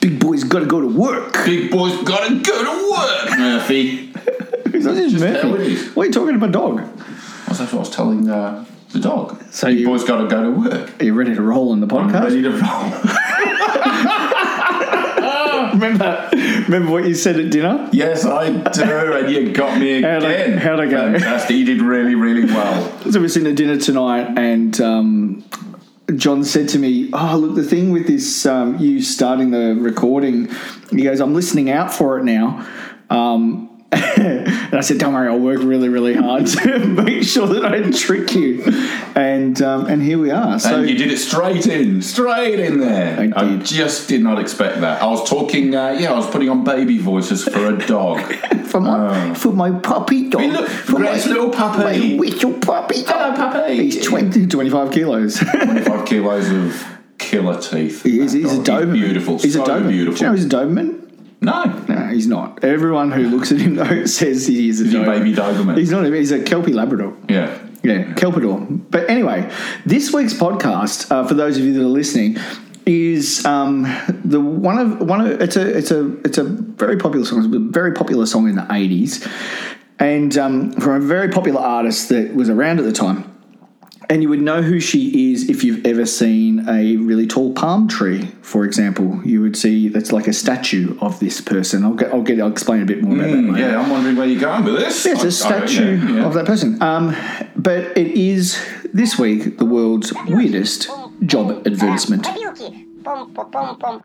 Big boy's gotta go to work. Big boy's gotta go to work, Murphy. He's not just Murphy. how it is. What are you talking about, dog? That's what I was telling uh, the dog. So Big you- boy's gotta go to work. Are you ready to roll in the I'm podcast? ready to roll. Remember, remember what you said at dinner? yes, I do, and you got me How'd I- again. how'd I go? Fantastic. You did really, really well. So we're sitting at dinner tonight, and um, John said to me, "Oh, look, the thing with this, um, you starting the recording." He goes, "I'm listening out for it now." Um, and I said, "Don't worry, I'll work really, really hard to make sure that I don't trick you." And um, and here we are. So and you did it straight in, straight in there. I did. just did not expect that. I was talking, uh, yeah, I was putting on baby voices for a dog. for my for my puppy dog, Oh. look, for my Greg's little my puppy. little puppy dog. puppy. He's 20, 25 kilos. Five kilos of killer teeth. He is, he's a Doberman. Oh, He's beautiful. He's so a Doberman. beautiful. Do you know he's a Doberman? no, No, he's not. Everyone who looks at him though says he is a he's a Doberman. baby Doberman. He's not. a- He's a Kelpie Labrador. yeah. Yeah, Kelpador. But anyway, this week's podcast, uh, for those of you that are listening, is um, the one of one of it's a it's a it's a very popular song. It's a very popular song in the eighties, and um, from a very popular artist that was around at the time. And you would know who she is if you've ever seen a really tall palm tree, for example. You would see that's like a statue of this person. I'll get I'll get I'll explain a bit more about that later. Yeah, I'm wondering where you're going with this. There's a I- I don't- statue yeah, yeah. of that person. Um, but it is this week the world's weirdest job advertisement. Копилки. Пом-пом-пом-пом.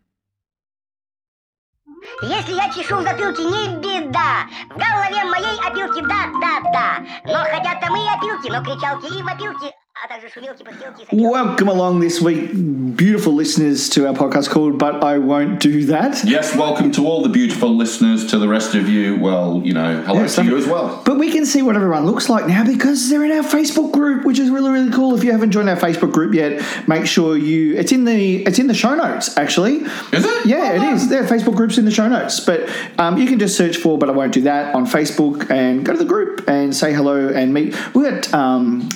Если я чешу в затылке, не беда. В голове моей опилки, да-да-да. Но хотят там и опилки, но кричалки и вопилки, а также шумилки, пыхтелки и сопилки. Welcome along this week, beautiful listeners, to our podcast called But I Won't Do That. Yes, welcome to all the beautiful listeners, to the rest of you. Well, you know, hello Yeah, to some- you as well. But we can see what everyone looks like now because they're in our Facebook group, which is really really cool. If you haven't joined our Facebook group yet, make sure you it's in the it's in the show notes actually. Is it? Yeah, it is. Um, There, Facebook groups in the show notes, but um, you can just search for "But I Won't Do That" on Facebook and go to the group and say hello and meet. We got um,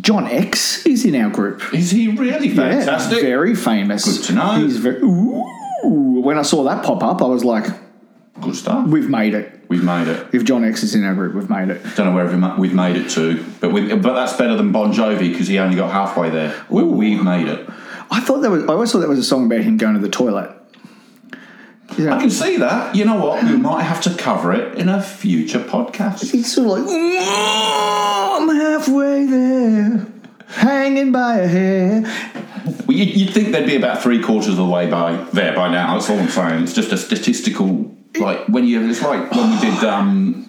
John X is in our group. Is he really Yeah, fantastic? very famous. Good to know. He's very. Ooh, when I saw that pop up, I was like, Good start. "We've made it." We've made it. If John X is in our group, we've made it. Don't know where we've ma- we've made it to, but we, but that's better than Bon Jovi because he only got halfway there. Well, we've made it. I thought that was. I always thought that was a song about him going to the toilet. You know, I can see that. You know what? We might have to cover it in a future podcast. It's sort of like, "Mm, I'm halfway there, hanging by a hair. Well, you, you'd think they'd be about three quarters of the way by there by now. That's all I'm saying. It's just a statistical, like when you. It's like when we did, um,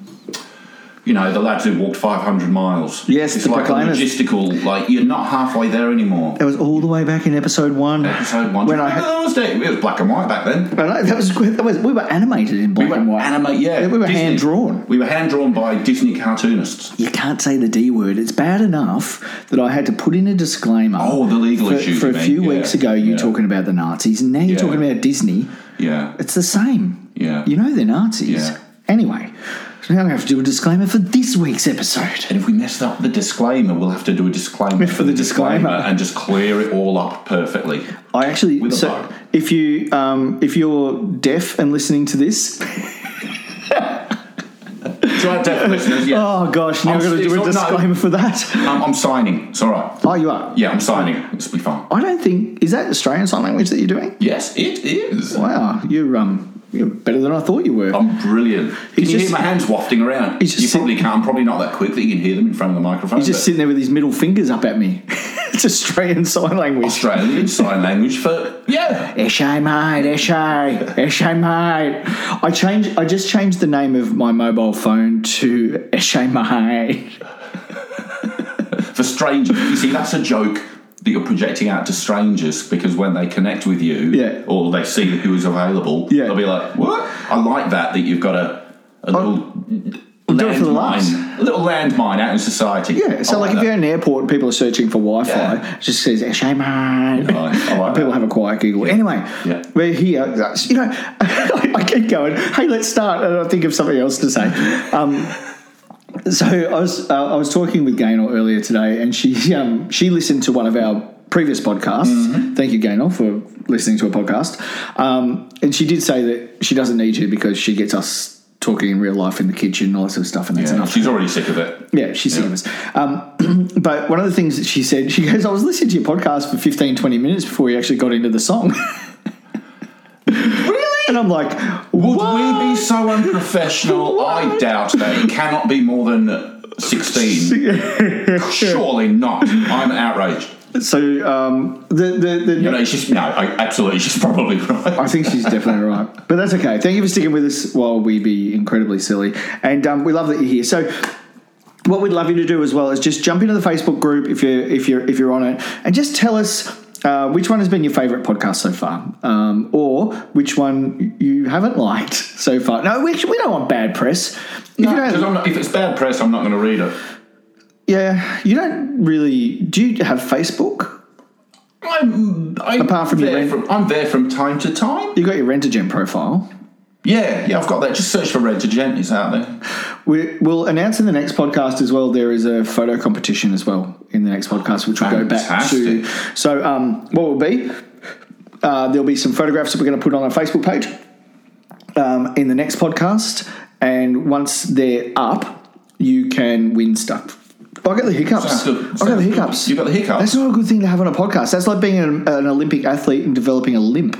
you know, the lads who walked 500 miles. Yes, it's the like a Proclaimers. logistical. Like you're not halfway there anymore. It was all the way back in episode one. Episode one. When I had- That was it. It was black and white back then. I know, that was that was we were animated in black We were and white. anime, yeah. we were Disney. hand drawn. We were hand drawn by Disney cartoonists. You can't say the D word. It's bad enough that I had to put in a disclaimer. Oh, the legal for, issues. for a you mean. few Yeah, weeks ago, you yeah, talking about the Nazis, and now you're Yeah. talking about Disney. Yeah, It's the same. yeah. You know they're Nazis. Yeah. Anyway, so now I'm going to have to do a disclaimer for this week's episode. And if we mess up the disclaimer, we'll have to do a disclaimer For the disclaimer. and just clear it all up perfectly. I actually With a so bug. if you um, if you're deaf and listening to this, To our deaf listeners, yeah. oh gosh, now I'm I've got to still- do a no. disclaimer for that. I'm, I'm signing. It's all right. Oh, you are. Yeah, I'm signing. This will be fine. I don't think is that Australian sign language that you're doing. Yes, it is. Wow, you're um you're better than I thought you were. I'm brilliant. Can He's you just- hear my hands wafting around? He's just you probably can't. I'm probably not that quick that you can hear them in front of the microphone. He's just but sitting there with his middle fingers up at me. it's Australian sign language. Australian sign language for yeah. Eshay mate, Eshay, Eshay mate. I changed. I just changed the name of my mobile phone to Eshay mate. for strangers. You see, that's a joke that you're projecting out to strangers because when they connect with you Yeah. or they see who is available, Yeah. they'll be like, what? I like that, that you've got a, a little do it for the laughs. landmine, a little landmine out in society. Yeah, so I like if you're that. in an airport and people are searching for Wi-Fi, Yeah. it just says "shame on." I like- I like people that. have a quiet giggle. Anyway, Yeah. we're here. That's- You know, I, keep going. Hey, let's start, and I think of something else to say. Um, so I was uh, I was talking with Gaynor earlier today, and she um, she listened to one of our previous podcasts. Mm-hmm. Thank you, Gaynor, for listening to a podcast. Um, and she did say that she doesn't need you because she gets us talking in real life in the kitchen and all that sort of stuff, and that's Yeah, enough. she's already sick of it. Yeah, she's sick of us. Um, but one of the things that she said, she goes, I was listening to your podcast for 15, 20 minutes before you actually got into the song. really? And I'm like, Would what? we be so unprofessional? I What? doubt they cannot be more than 16. Surely not. I'm outraged. so um, the, the, the, You know, she's, no, I, absolutely, she's probably right. I think she's definitely right. But that's okay. Thank you for sticking with us while we be incredibly silly. And um, we love that you're here. So what we'd love you to do as well is just jump into the Facebook group if you're if you're if you're on it, and just tell us. Uh, which one has been your favourite podcast so far, um, or which one you haven't liked so far? No, we, we don't want bad press. If you Because don't, I'm not- if it's bad press, I'm not going to read it. yeah, you don't really. Do you have Facebook? I'm, I'm Apart from your there rent. from, I'm there from time to time. You got your Rentagen profile. Yeah, yeah, I've got that. Just search for Red to Gent. It's out there. We, we'll announce in the next podcast as well. There is a photo competition as well in the next podcast, which will go back to. Fantastic. So, um, what will be? Uh, there'll be some photographs that we're going to put on our Facebook page um, in the next podcast, and once they're up, you can win stuff. I got the Sounds hiccups. I good. got the Sounds good. hiccups. You got the hiccups. That's not a good thing to have on a podcast. That's like being an, an Olympic athlete and developing a limp.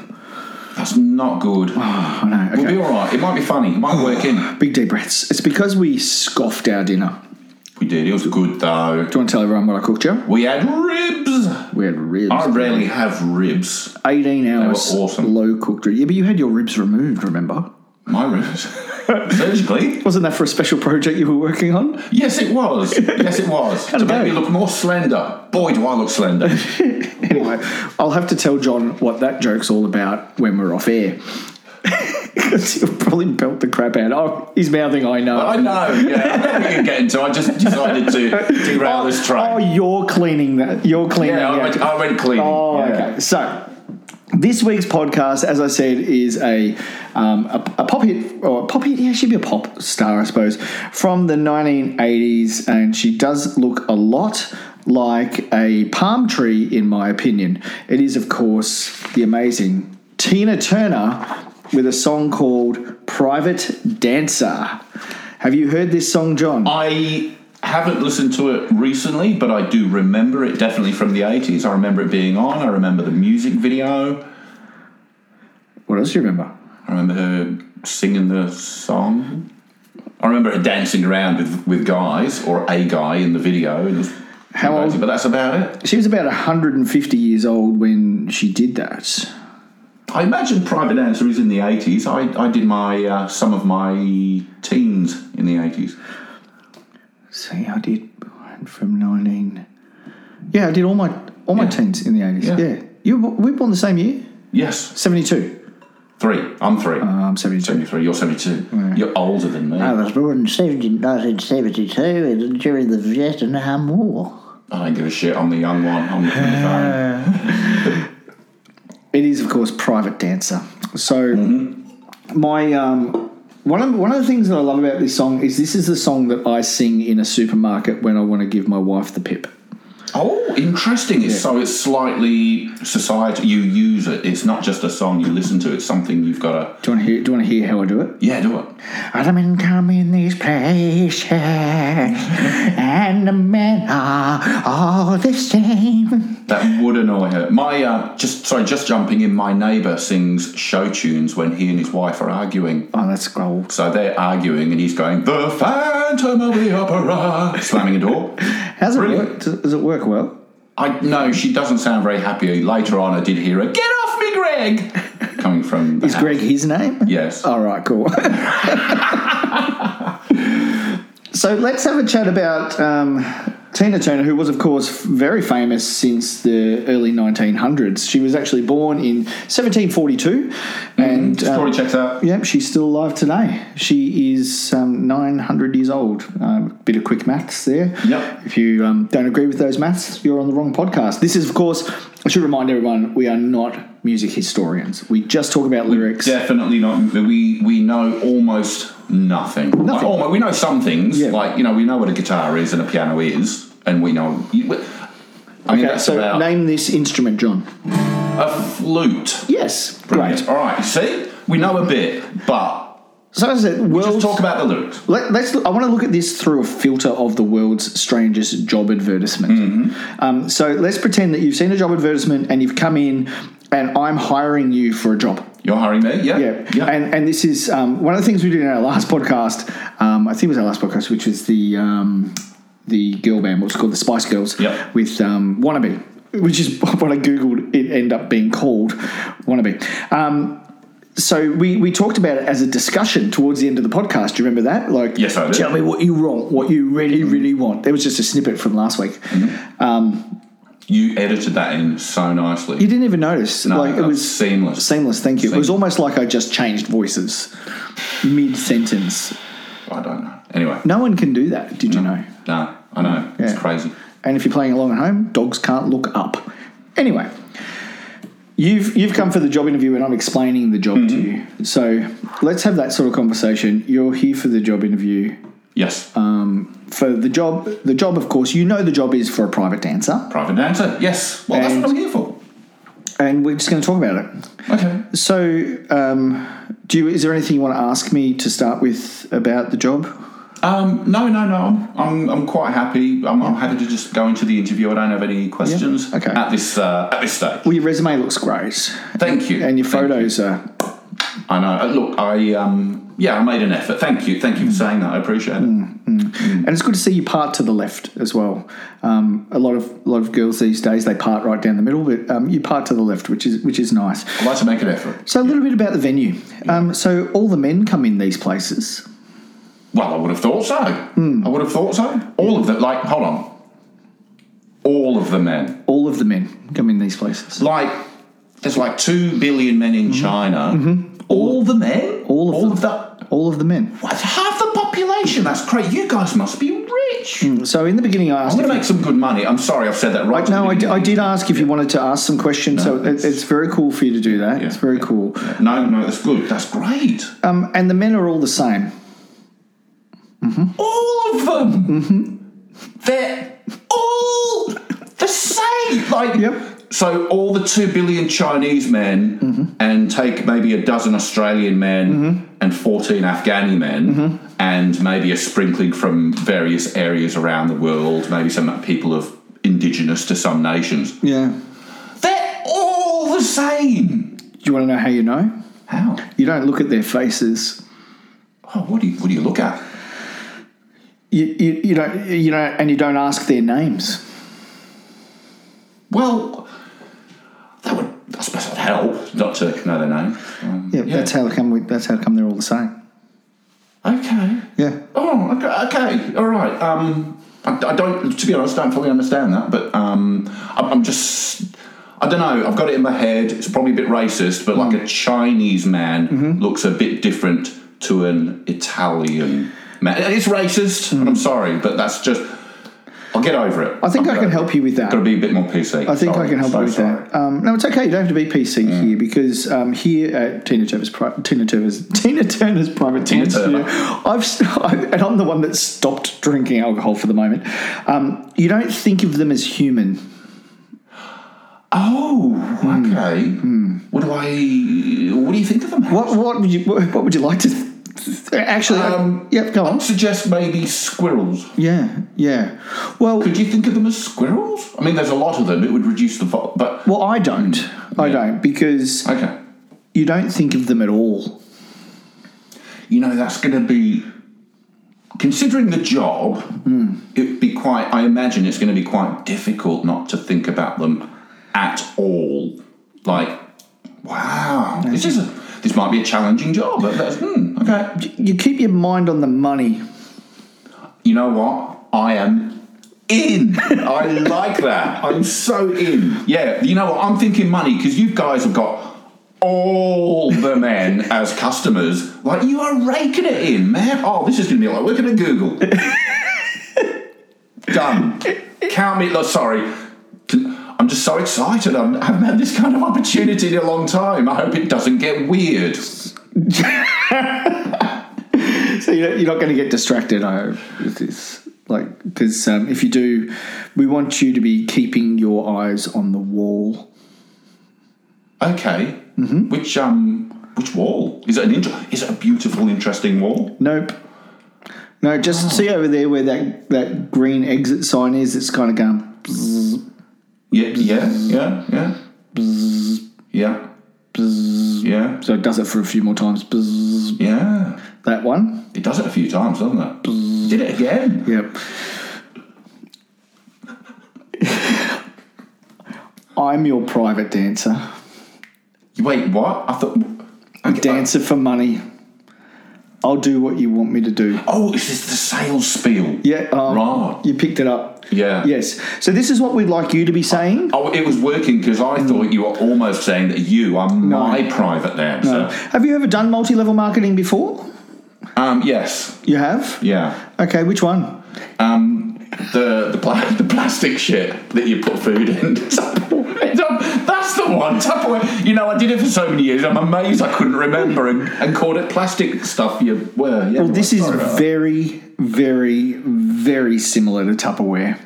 That's not good. I know. Oh, Okay. Oh. It'll be all right. It might be funny. It might work in. Big deep breaths. It's because we scoffed our dinner. We did. It was good though. Do you want to tell everyone what I cooked you? We had ribs. We had ribs. I rarely have ribs. 18 hours were awesome. low cooked. Yeah, but you had your ribs removed, remember? My ribs. Surgically? Wasn't that for a special project you were working on? Yes, it was. Yes, it was. to it make go? me look more slender. Boy, do I look slender. Anyway, I'll have to tell John what that joke's all about when we're off air. Because he'll probably belt the crap out. Oh, he's mouthing, I know. I know. Yeah, I know we can get into. I just decided to derail this train. Oh, you're cleaning that. You're cleaning yeah, I out. went, I went cleaning. Oh, Yeah. okay. So this week's podcast, as I said, is a um, a, a pop hit or a pop hit. Yeah, she'd be a pop star, I suppose, from the 1980s, and she does look a lot like a palm tree, in my opinion. It is, of course, the amazing Tina Turner with a song called "Private Dancer." Have you heard this song, John? I haven't listened to it recently, but I do remember it definitely from the 80s. I remember it being on. I remember the music video. What else do you remember? I remember her singing the song. I remember her dancing around with, with guys or a guy in the video. And it was How old- But that's about it. She was about 150 years old when she did that. I imagine Private Dancer is in the 80s. I, I did my uh, some of my teens in the 80s. See, I did from nineteen. Yeah, I did all my all my Yeah. teens in the eighties. Yeah. Yeah. you were- we were born the same year, Yes, seventy two. three. I'm three. Um, seventy two. 73. You're 72. You're older than me. I Uh. was born in 17 1972 and during the Vietnam War. I don't give a shit. I'm the young one. I'm the phone. It is, of course, private dancer. So, my um, one of one of the things that I love about this song is this is the song that I sing in a supermarket when I want to give my wife the pip. Oh, interesting. It's So it's slightly society. You use it. It's not just a song you listen to. It's something you've got Do to. you want to hear? Do you want to hear how I do it? Yeah, do it. The men come in these places and the men are all the same. That would annoy her. My uh, just sorry, just jumping in. My neighbour sings show tunes when he and his wife are arguing. Oh, that's gold. So they're arguing, and he's going the Phantom of the Opera, slamming a door. How's it Brilliant. work? Does, does it work well? I no, she doesn't sound very happy. Later on, I did hear a "Get off me, Greg," coming from. the Is house. Greg Oh, his name? Yes. All right, cool. so let's have a chat about um, Tina Turner, who was, of course, very famous since the early 1900s. She was actually born in 1742, and Story um, checks out. yep, she's still alive today. She is um, 900 years old. Um, bit of quick maths there. Yep. If you um, don't agree with those maths, you're on the wrong podcast. This is, of course, I should remind everyone, we are not music historians. We just talk about lyrics. Definitely not. We we know almost nothing. Nothing. Like, almo- we know some things. Yeah. Like you know, we know what a guitar is and a piano is, and we know. you- I mean, Okay, that's so about name this instrument, John. a flute. Yes, Brilliant. great. All right, you see, we know a bit, but So as I said, let's world's talk about the lyrics. Let, let's. Look, I want to look at this through a filter of the world's strangest job advertisement. Mm-hmm. Um, so let's pretend that you've seen a job advertisement and you've come in, and I'm hiring you for a job. You're hiring me, yeah? Yeah, and and this is um, one of the things we did in our last podcast. Um, I think it was our last podcast, which was the um, the girl band, what's it called the Spice Girls, Yep. with um, Wannabe, which is what I googled. It ended up being called Wannabe. Um, so we, we talked about it as a discussion towards the end of the podcast. Do you remember that? Like, Yes, I do. Tell me what you want, what you really, really want. There was just a snippet from last week. Mm-hmm. You edited that in so nicely. You didn't even notice. No, like it that was seamless. Seamless. Thank you. It was Seamless. almost like I just changed voices mid sentence. I don't know. Anyway, No one can do that, did you know? no, I know. Yeah. It's crazy. And if you're playing along at home, dogs can't look up. Anyway, you've you've come for the job interview, and I'm explaining the job to Mm-hmm. you. So let's have that sort of conversation. You're here for the job interview. Yes. Um, For the job, the job, of course, you know the job is for a private dancer, Private dancer. Yes. Well, that's and- what I'm here for. and we're just going to talk about it. Okay. So, um, do you? Is there anything you want to ask me to start with about the job? Um, no, no, no. I'm, I'm, I'm quite happy. I'm, I'm happy to just go into the interview. I don't have any questions Okay. at this uh, at this stage. Well, your resume looks great, Thank you. and your Thank you. photos are I know. Uh, Look, I um, yeah, I made an effort. Thank you. Thank you for saying that. I appreciate it. Mm. And it's good to see you part to the left as well. Um, a lot of a lot of girls these days they part right down the middle, but um, you part to the left, which is which is nice. I like to make an effort. So a little bit about the venue. Um, so all the men come in these places. Well, I would have thought so. Mm. I would have thought so. All of the like. Hold on. All of the men. All of the men come in these places. like there's like two billion men in China. All the men, Mm-hmm. All of them. the All of the men. what, half the population. That's crazy. You guys must be rich. So in the beginning, I I'm asked. going to make some good money. I'm sorry, I've said that right. I, at the no, I, di- I beginning. did ask if you wanted to ask some questions. so it, it's very cool for you to do that. Yeah, It's very yeah, cool. yeah. No, no, that's good. That's great. Um, and the men are all the same. all of them. Mm-hmm. They're all the same. Like Yep. Mm-hmm. so, all the two billion Chinese men, and take maybe a dozen Australian men and fourteen Afghani men. Mm-hmm. And maybe a sprinkling from various areas around the world, maybe some people of indigenous to some nations. Yeah. They're all the same. Do you want to know how you know? How? You don't look at their faces. Oh, what do you what do you look at? You, you, you don't you know, and you don't ask their names. Well, that would I suppose that would help not to know their name. Um, Yeah, that's how come we, that's how come they're all the same. Okay. Yeah. Oh, okay. okay. All right. Um, I, I don't, to be honest, I don't fully understand that, but um, I'm, I'm just, I don't know. I've got it in my head. It's probably a bit racist, but Mm. like a Chinese man Mm-hmm. looks a bit different to an Italian man. And It's racist, and I'm sorry, but that's just. I'll get over Mm. it. I think I can help you with that. Got to be a bit more PC. I think I can help you with that. Um, no, it's okay. You don't have to be PC Mm. here because um, here at Tina Turner's pri- Tina Turner's Tina Turner's private Tina dance Turner. studio, I've st- I've- and I'm the one that stopped drinking alcohol for the moment. Um, you don't think of them as human. Oh, okay. What do I? What do you think of them? What what would you what, what would you like to th- actually? uh, Um, yep, go on. I'd suggest maybe squirrels. Yeah, yeah. Well, Could you think of them as squirrels? I mean, there's a lot of them. It would reduce the vol- but well, I don't. I Yeah. don't because okay. you don't think of them at all. You know, that's going to be considering the job. It'd be quite. I imagine it's going to be quite difficult not to think about them at all. Like, wow, this is a, this might be a challenging job. But that's, hmm, okay. You keep your mind on the money. you know what? I am in. I like that. I'm so in. Yeah, you know what? I'm thinking money because you guys have got all the men as customers. Like, you are raking it in, man. Oh, this is going to be like, we're going to Google. Done. Count me. Look, sorry. I'm just so excited. I'm, I haven't had this kind of opportunity in a long time. I hope it doesn't get weird. So you're, you're not going to get distracted I hope, with this. like because um, if you do, we want you to be keeping your eyes on the wall. Okay. Mm-hmm. Which um, which wall is it? An inter- is it a beautiful, interesting wall? Nope. No, just see over there where that, that green exit sign is. It's kind of going. bzzz. Yeah, yeah, yeah, yeah. Yeah, yeah, So it does it for a few more times. Bzzz. yeah. That one. It does it a few times, doesn't it? Did it again? Yep. I'm your private dancer. Wait, what? I thought. Okay, Dancer for money. I'll do what you want me to do. Oh, is this the sales spiel? Yeah. Um, Right. You picked it up. Yeah. Yes. So this is what we'd like you to be saying. Oh, it was working because I Mm. thought you were almost saying that you are my private dancer. Have you ever done multi-level marketing before? Um, yes, You have. yeah. Okay. Which one? Um, the the, pla- the plastic shit that you put food in. Tupperware. That's the one. Tupperware. You know, I did it for so many years. I'm amazed I couldn't remember and, and called it plastic stuff. You were. Yeah, Well, this is sorry about that. very, very, very similar to Tupperware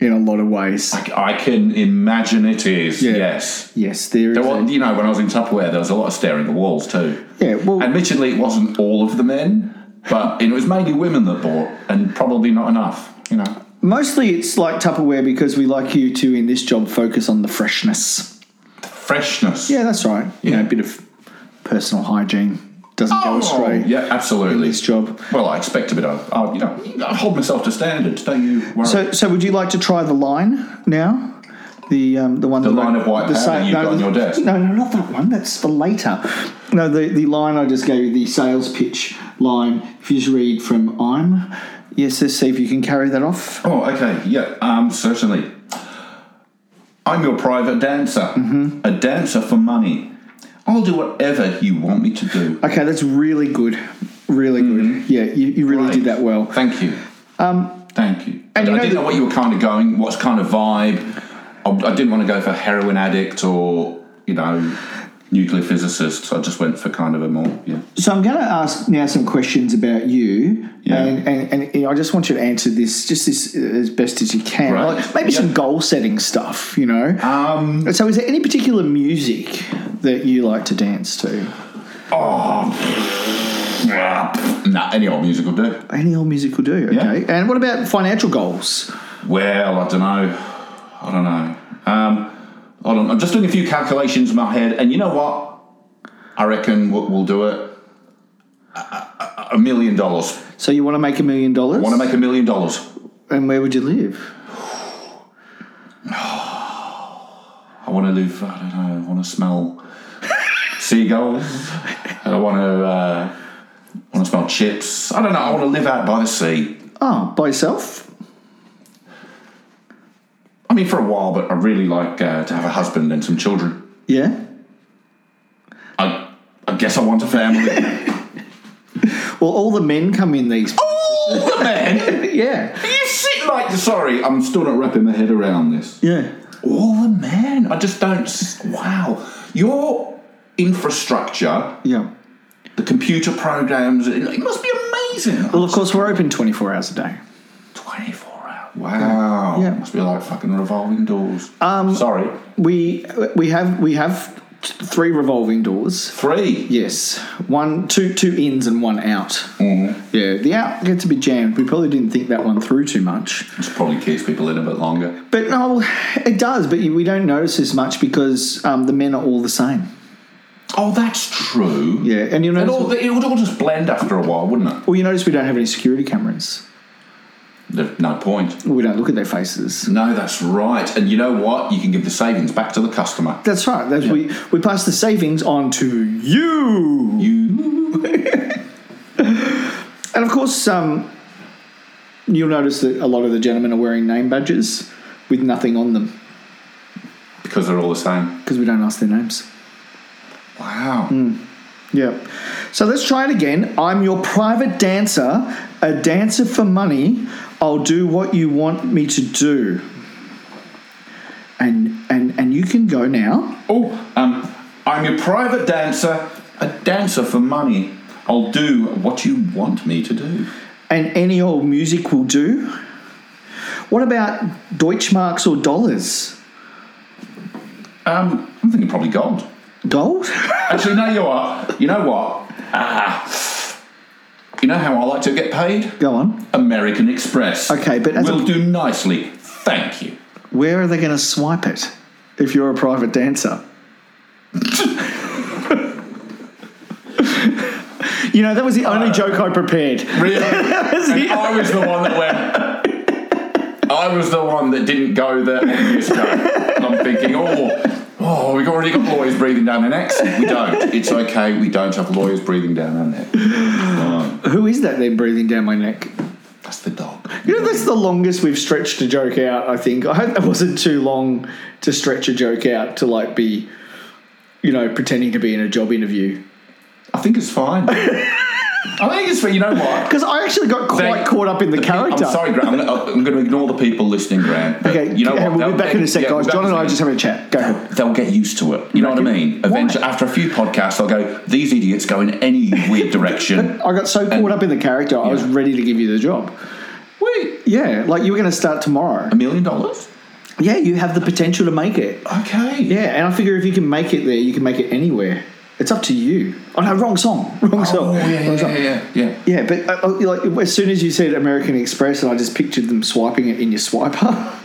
in a lot of ways. I can imagine it is. Yeah. Yes. Yes, there is. There a- was, you know, when I was in Tupperware, there was a lot of staring at the walls too. Yeah, well- admittedly, it wasn't all of the men, but it was mainly women that bought, and probably not enough. You know. Mostly it's like Tupperware because we like you to, in this job, focus on the freshness. Freshness. Yeah, that's right. You know, Yeah. a bit of personal hygiene doesn't go Oh, astray. Yeah, absolutely. This job. Well, I expect a bit of, uh, you know, I hold myself to standards. Don't you worry. So, so would you like to try the line now? The um, the one the line of white powder you've got on your desk? No, no, not that one. That's for later. No, the the line I just gave you, the sales pitch line. If you just read from I'm, yes, let's see if you can carry that off. oh, okay. Yeah, um, certainly. I'm your private dancer, Mm-hmm. a dancer for money. I'll do whatever you want me to do. Okay, that's really good. Really good. Mm-hmm. Yeah, you, you really did that well. Thank you. Um, Thank you. and you I, I know didn't that- know what you were kind of going, what's kind of vibe. I, I didn't want to go for heroin addict or, you know, nuclear physicist. I just went for kind of a more, yeah. So I'm going to ask now some questions about you, Yeah. and, and, and you know, I just want you to answer this just this, as best as you can. Right. Like maybe Yeah. some goal setting stuff, you know. Um, So, is there any particular music that you like to dance to? Nah, any old music will do. Any old music will do. Okay. And what about financial goals? Well, I don't know. I don't know. Um, hold on. I'm just doing a few calculations in my head, and you know what? I reckon we'll, we'll do it. A- a- A a million dollars. So, you want to make a million dollars? Want to make a million dollars? And where would you live? I want to live. I don't know. I want to smell seagulls. I want to. Uh, want to smell chips. I don't know. I want to live out by the sea. Oh, by yourself? I mean, for a while, but I really like uh, to have a husband and some children. Yeah. I, I guess I want a family. Well, all the men come in these. Oh! All the men. Yeah. You sit like sorry. I'm still not wrapping my head around this. Yeah. All the men. I just don't. s- Wow. Your infrastructure, Yeah. the computer programs. It, it must be amazing. Well, of course, we're open 24 hours a day. Twenty four hours. Wow. Yeah. Must be like fucking revolving doors. Um. Sorry. We we have we have t- three revolving doors. Three. Yes, one two two ins and one out. Mm-hmm. Yeah, the out gets a bit jammed. We probably didn't think that one through too much, This probably keeps people in a bit longer. but no, it does. But you, we don't notice as much because um, the men are all the same. Oh, that's true. Yeah, and you And notice. all, it would all just blend after a while, wouldn't it? well, you notice we don't have any security cameras. There's no point. We don't look at their faces. No, that's right. And you know what? You can give the savings back to the customer. That's right. That's we we pass the savings on to you. You. And of course, um, you'll notice that a lot of the gentlemen are wearing name badges with nothing on them Because they're all the same. because we don't ask their names. Wow. Hmm. Yeah. So let's try it again. I'm your private dancer, a dancer for money. I'll do what you want me to do. And and and you can go now. Oh, um, I'm your private dancer, a dancer for money. I'll do what you want me to do. And any old music will do. What about Deutschmarks or dollars? Um, I'm thinking probably gold. Gold? Actually, no, you are. You know what? Ah. You know how I like to get paid? Go on. American Express. Okay, but as a- Will do nicely. Thank you. Where are they going to swipe it if you're a private dancer? you know, that was the only joke I prepared. Really? and I was the one that went. I was the one that didn't go there years ago. And I'm thinking, oh, oh, we've already got lawyers breathing down our necks. We don't. It's okay. We don't have lawyers breathing down our neck. No, Who is that then breathing down my neck? that's the dog. You know, that's the longest we've stretched a joke out, I think. I hope that wasn't too long to stretch a joke out to like be, you know, pretending to be in a job interview. I think it's fine. I think it's fine. You know what? Because I actually got quite They- caught up in the, pe- character. I'm sorry, Grant. I'm gonna- I'm going to ignore the people listening, Grant. but Okay, you know yeah, what? we'll be They'll- back in a sec, yeah, guys. we'll be John back and in I a just sec. having a chat. Go. They'll get used to it. You know what I mean? Eventually, after a few podcasts, they'll go, these idiots go in any weird direction. I got so caught up in the character, I was ready to give you the job. Wait, Yeah, like you were going to start tomorrow. a million dollars? Yeah, you have the potential to make it. Okay. Yeah, and I figure if you can make it there, you can make it anywhere. It's up to you. Oh no, wrong song. Wrong Oh, song. yeah, wrong yeah, song. yeah, yeah, yeah. Yeah, but uh, uh, like as soon as you said American Express, and I just pictured them swiping it in your swiper.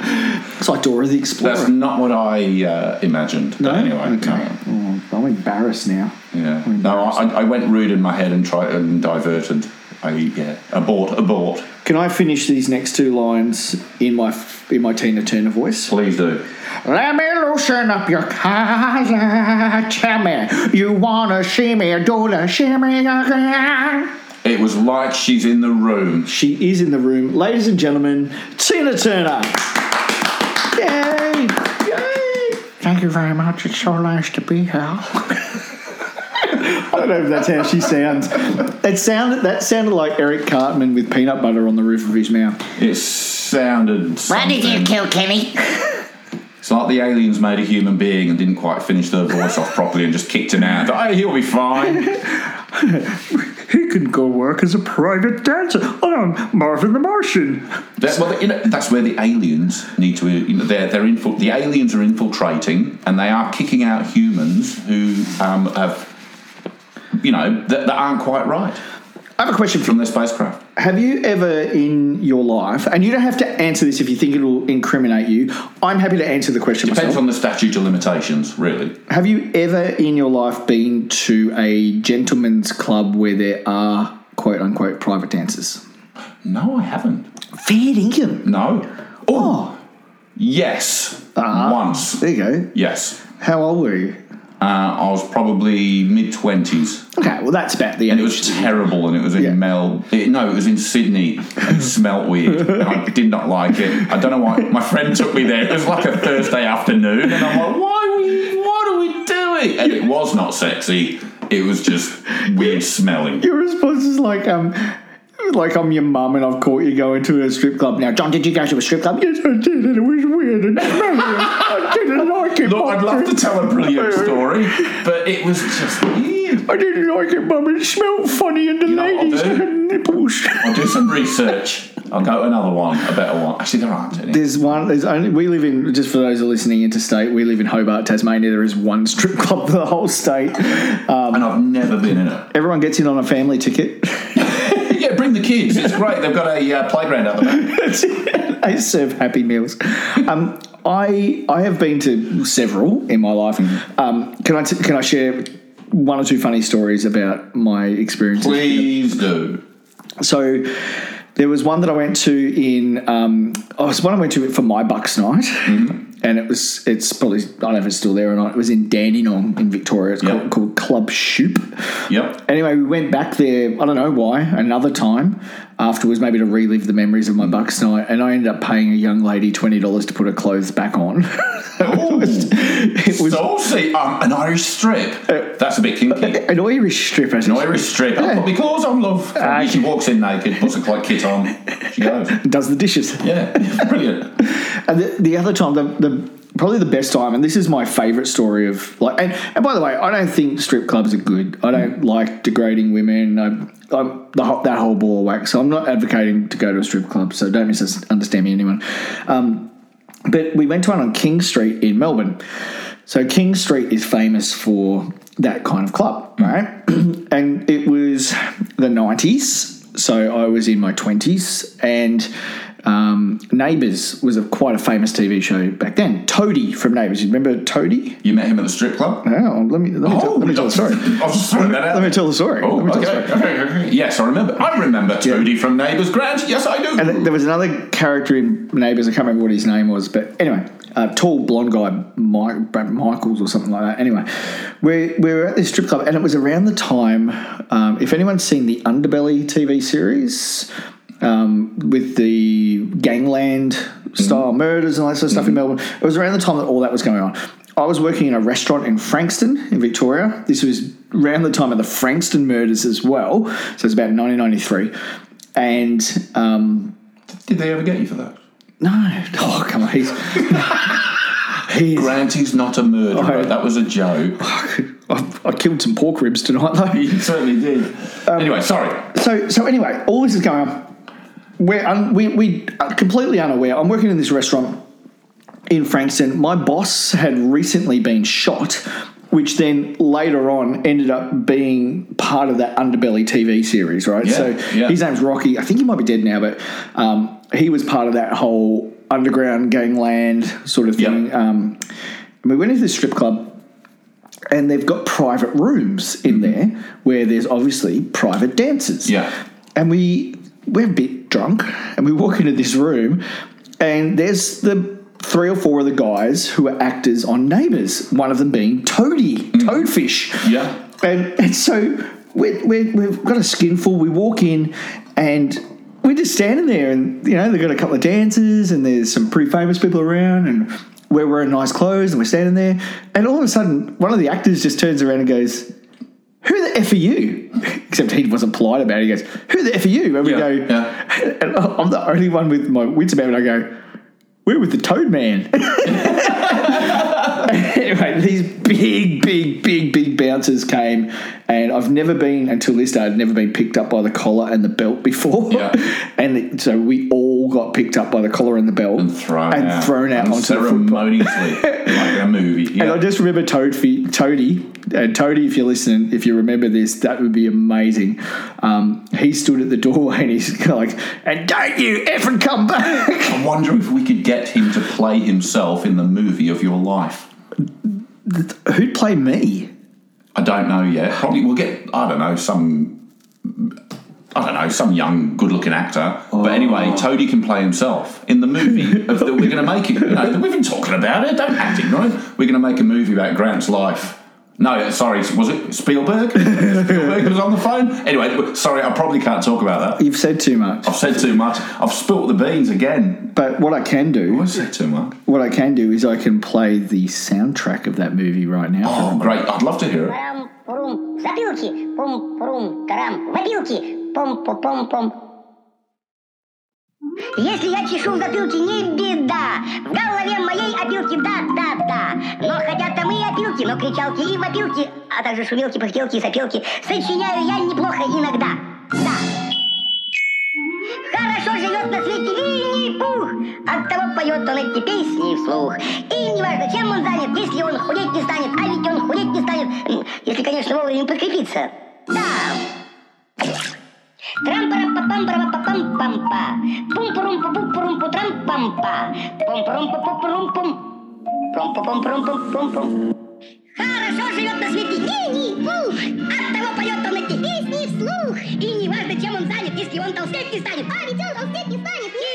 it's like Dora the Explorer. That's not what I uh, imagined. no, But anyway, okay. no. Oh, I'm embarrassed now. Yeah. No, I, I went rude in my head and tried and diverted. I, yeah. Abort, abort. Can I finish these next two lines in my in my Tina Turner voice? Please do. Let me loosen up your collar, Jimmy. You wanna shimmy, do the shimmy again. It was like she's in the room. She is in the room, ladies and gentlemen. Tina Turner. Yay! Yay! Thank you very much. It's so nice to be here. I don't know if that's how she sounds. It sounded that sounded like Eric Cartman with peanut butter on the roof of his mouth. It sounded. Why did you kill something. Kenny? It's like the aliens made a human being and didn't quite finish their voice off properly and just kicked him out. Thought, hey, he'll be fine. He can go work as a private dancer. Oh, I'm Marvin the Martian. That, well, you know, that's where the aliens need to. You know, they're they're infil- The aliens are infiltrating and they are kicking out humans who um, have, you know, that, that aren't quite right I have a question for from their spacecraft. Have you ever in your life, and you don't have to answer this if you think it'll incriminate you, I'm happy to answer the question Depends myself. on the statute of limitations, really. have you ever in your life been to a gentleman's club where there are quote unquote private dancers? No, I haven't. Fair dinkum. No. Oh, Oh, yes. Once. there you go. Yes. How old were you? Uh, I was probably mid twenties. Okay, well, that's about the and end. it was terrible and it was in Yeah. Mel it, no it was in Sydney and it smelt weird and I did not like it I don't know why my friend took me there it was like a Thursday afternoon and I'm like why we what are we doing and it was not sexy it was just weird smelling Your response is like, um, like I'm your mum and I've caught you going to a strip club. Now, John, did you go to a strip club? Yes, I did, and it was weird and smelly. I didn't like it. look I'd love to tell a brilliant story but it was just weird I didn't like it, mum. It smelled funny, and the know what I'll ladies do? had nipples. I'll do some research I'll go to another one a better one actually there aren't any There's one. There's only we live in. Just for those who are listening interstate, we live in Hobart, Tasmania. There is one strip club for the whole state. Uh, and I've never been in it Everyone gets in on a family ticket. yeah bring the kids it's great they've got a uh, playground up there they serve happy meals. Um, I I have been to several in my life. Um, can I t- can I share one or two funny stories about my experiences? please do So there was one that I went to in. Um, oh, it was one I went to for my Bucks night. And it was, it's probably, I don't know if it's still there or not. It was in Dandenong in Victoria. It's Yep. called, called Club Shoop. yep Anyway, we went back there, I don't know why, another time afterwards, maybe to relive the memories of my Bucks night. And I ended up paying a young lady $20 to put her clothes back on. Ooh, it was saucy. Um, an Irish strip. Uh, That's a bit kinky. an Irish strip, as An it Irish strip. I'll put my clothes on, love. she walks in naked, puts a clock kit on. She goes. does the dishes. Yeah, brilliant. And the, the other time, the, the probably the best time, and this is my favourite story of like. And, and by the way, I don't think strip clubs are good. I don't like degrading women. I, I'm the, ho- that whole ball of wax. So I'm not advocating to go to a strip club. So don't misunderstand me, anyone. Um, but we went to one on King Street in Melbourne. So King Street is famous for that kind of club, right? and it was the 90s. So I was in my 20s. And um, Neighbours was a, quite a famous TV show back then. Toadie from Neighbours. You remember Toadie? You met him at the strip club? Oh, let me, let me, tell, let me tell oh, the story. I'll just throw that out. Let me tell the story. Oh, Let me tell the okay. okay, okay. Yes, I remember. I remember Trudy from Neighbours Grant. Yes, I do. And th- there was another character in Neighbours. I can't remember what his name was, but anyway, a tall blonde guy, Mike, Brad Michaels or something like that. Anyway, we, we were at this strip club, and it was around the time. Um, if anyone's seen the Underbelly TV series um, with the gangland style murders and all that sort of stuff in Melbourne, it was around the time that all that was going on. I was working in a restaurant in Frankston, in Victoria. This was around the time of the Frankston murders as well. So it's about 1993. And um, Did they ever get you for that? no. Oh, come on. He's. he's Grant is not a murderer. Okay. That was a joke. I, I killed some pork ribs tonight, though. He certainly did. Um, anyway, sorry. So, so anyway, all this is going on. We're, un, we, we are completely unaware. I'm working in this restaurant in Frankston. My boss had recently been shot, which then later on ended up being part of that Underbelly TV series, right? Yeah, so yeah. his name's Rocky. I think he might be dead now, but um, he was part of that whole underground gangland sort of thing. Yeah. Um, and we went into this strip club and they've got private rooms in there where there's obviously private dancers. Yeah. And we we're a bit drunk and we walk into this room and there's the three or four of the guys who are actors on Neighbours, one of them being Toadie, Toadfish. Yeah. And, and so we're, we're, we've got a skinful. We walk in and we're just standing there, and you know, they've got a couple of dancers, and there's some pretty famous people around, and we're wearing nice clothes, and we're standing there. And all of a sudden, one of the actors just turns around and goes, Who the F are you? Except he wasn't polite about it. He goes, Who the F are you? And we Yeah, go, yeah. and I'm the only one with my wits about it. I go, We're with the Toad Man. anyway, these big, big, big, big bouncers came, and I've never been until this day. I'd never been picked up by the collar and the belt before, Yeah. and so we all got picked up by the collar and the belt And thrown and out. thrown out And onto the football. ceremoniously, like a movie. Yeah. And I just remember Toadie, Toadie, uh, Toadie, if you're listening, if you remember this, that would be amazing. Um, he stood at the doorway and he's like, and don't you effing come back. I wonder if we could get him to play himself in the movie of your life. Who'd play me? I don't know yet. Probably we'll get I don't know some I don't know some young good-looking actor. But anyway, Toadie can play himself in the movie of that we're going to make. It, you know, we've been talking about it. Don't act ignorant. We're going to make a movie about Grant's life. No, sorry, was it Spielberg? Spielberg was on the phone. Anyway, sorry, I probably can't talk about that. You've said too much. I've said too much. I've spilt the beans again. But what I can do. I said too much. What I can do is I can play the soundtrack of that movie right now. Oh, great! I'd love to hear it. Парам-пурум, запилки, пум-пурум, карам, вопилки, пум-пу-пум-пум. Если я чешу запилки, не беда, в голове моей опилки, да-да-да. Но хотя там и опилки, но кричалки и вопилки, а также шумилки, пыхтелки и сопилки, сочиняю я неплохо иногда, да. Хорошо живет на свете Винни-Пух, оттого поет он эти песни вслух. И неважно, чем он занят, если он худеть не станет, а ведь он худеть не станет, м, если, конечно, вовремя подкрепиться. Да. трам парам па пам парам па пам пам па пум пурум пу пу пурум пу трам пам па пум пурум пу пу пурум пум пум пу пум пурум пум пум пум Хорошо живет на свете гений пух Оттого поет он эти песни вслух И неважно, чем он занят, если он толстеть не станет А ведь он толстеть не станет, не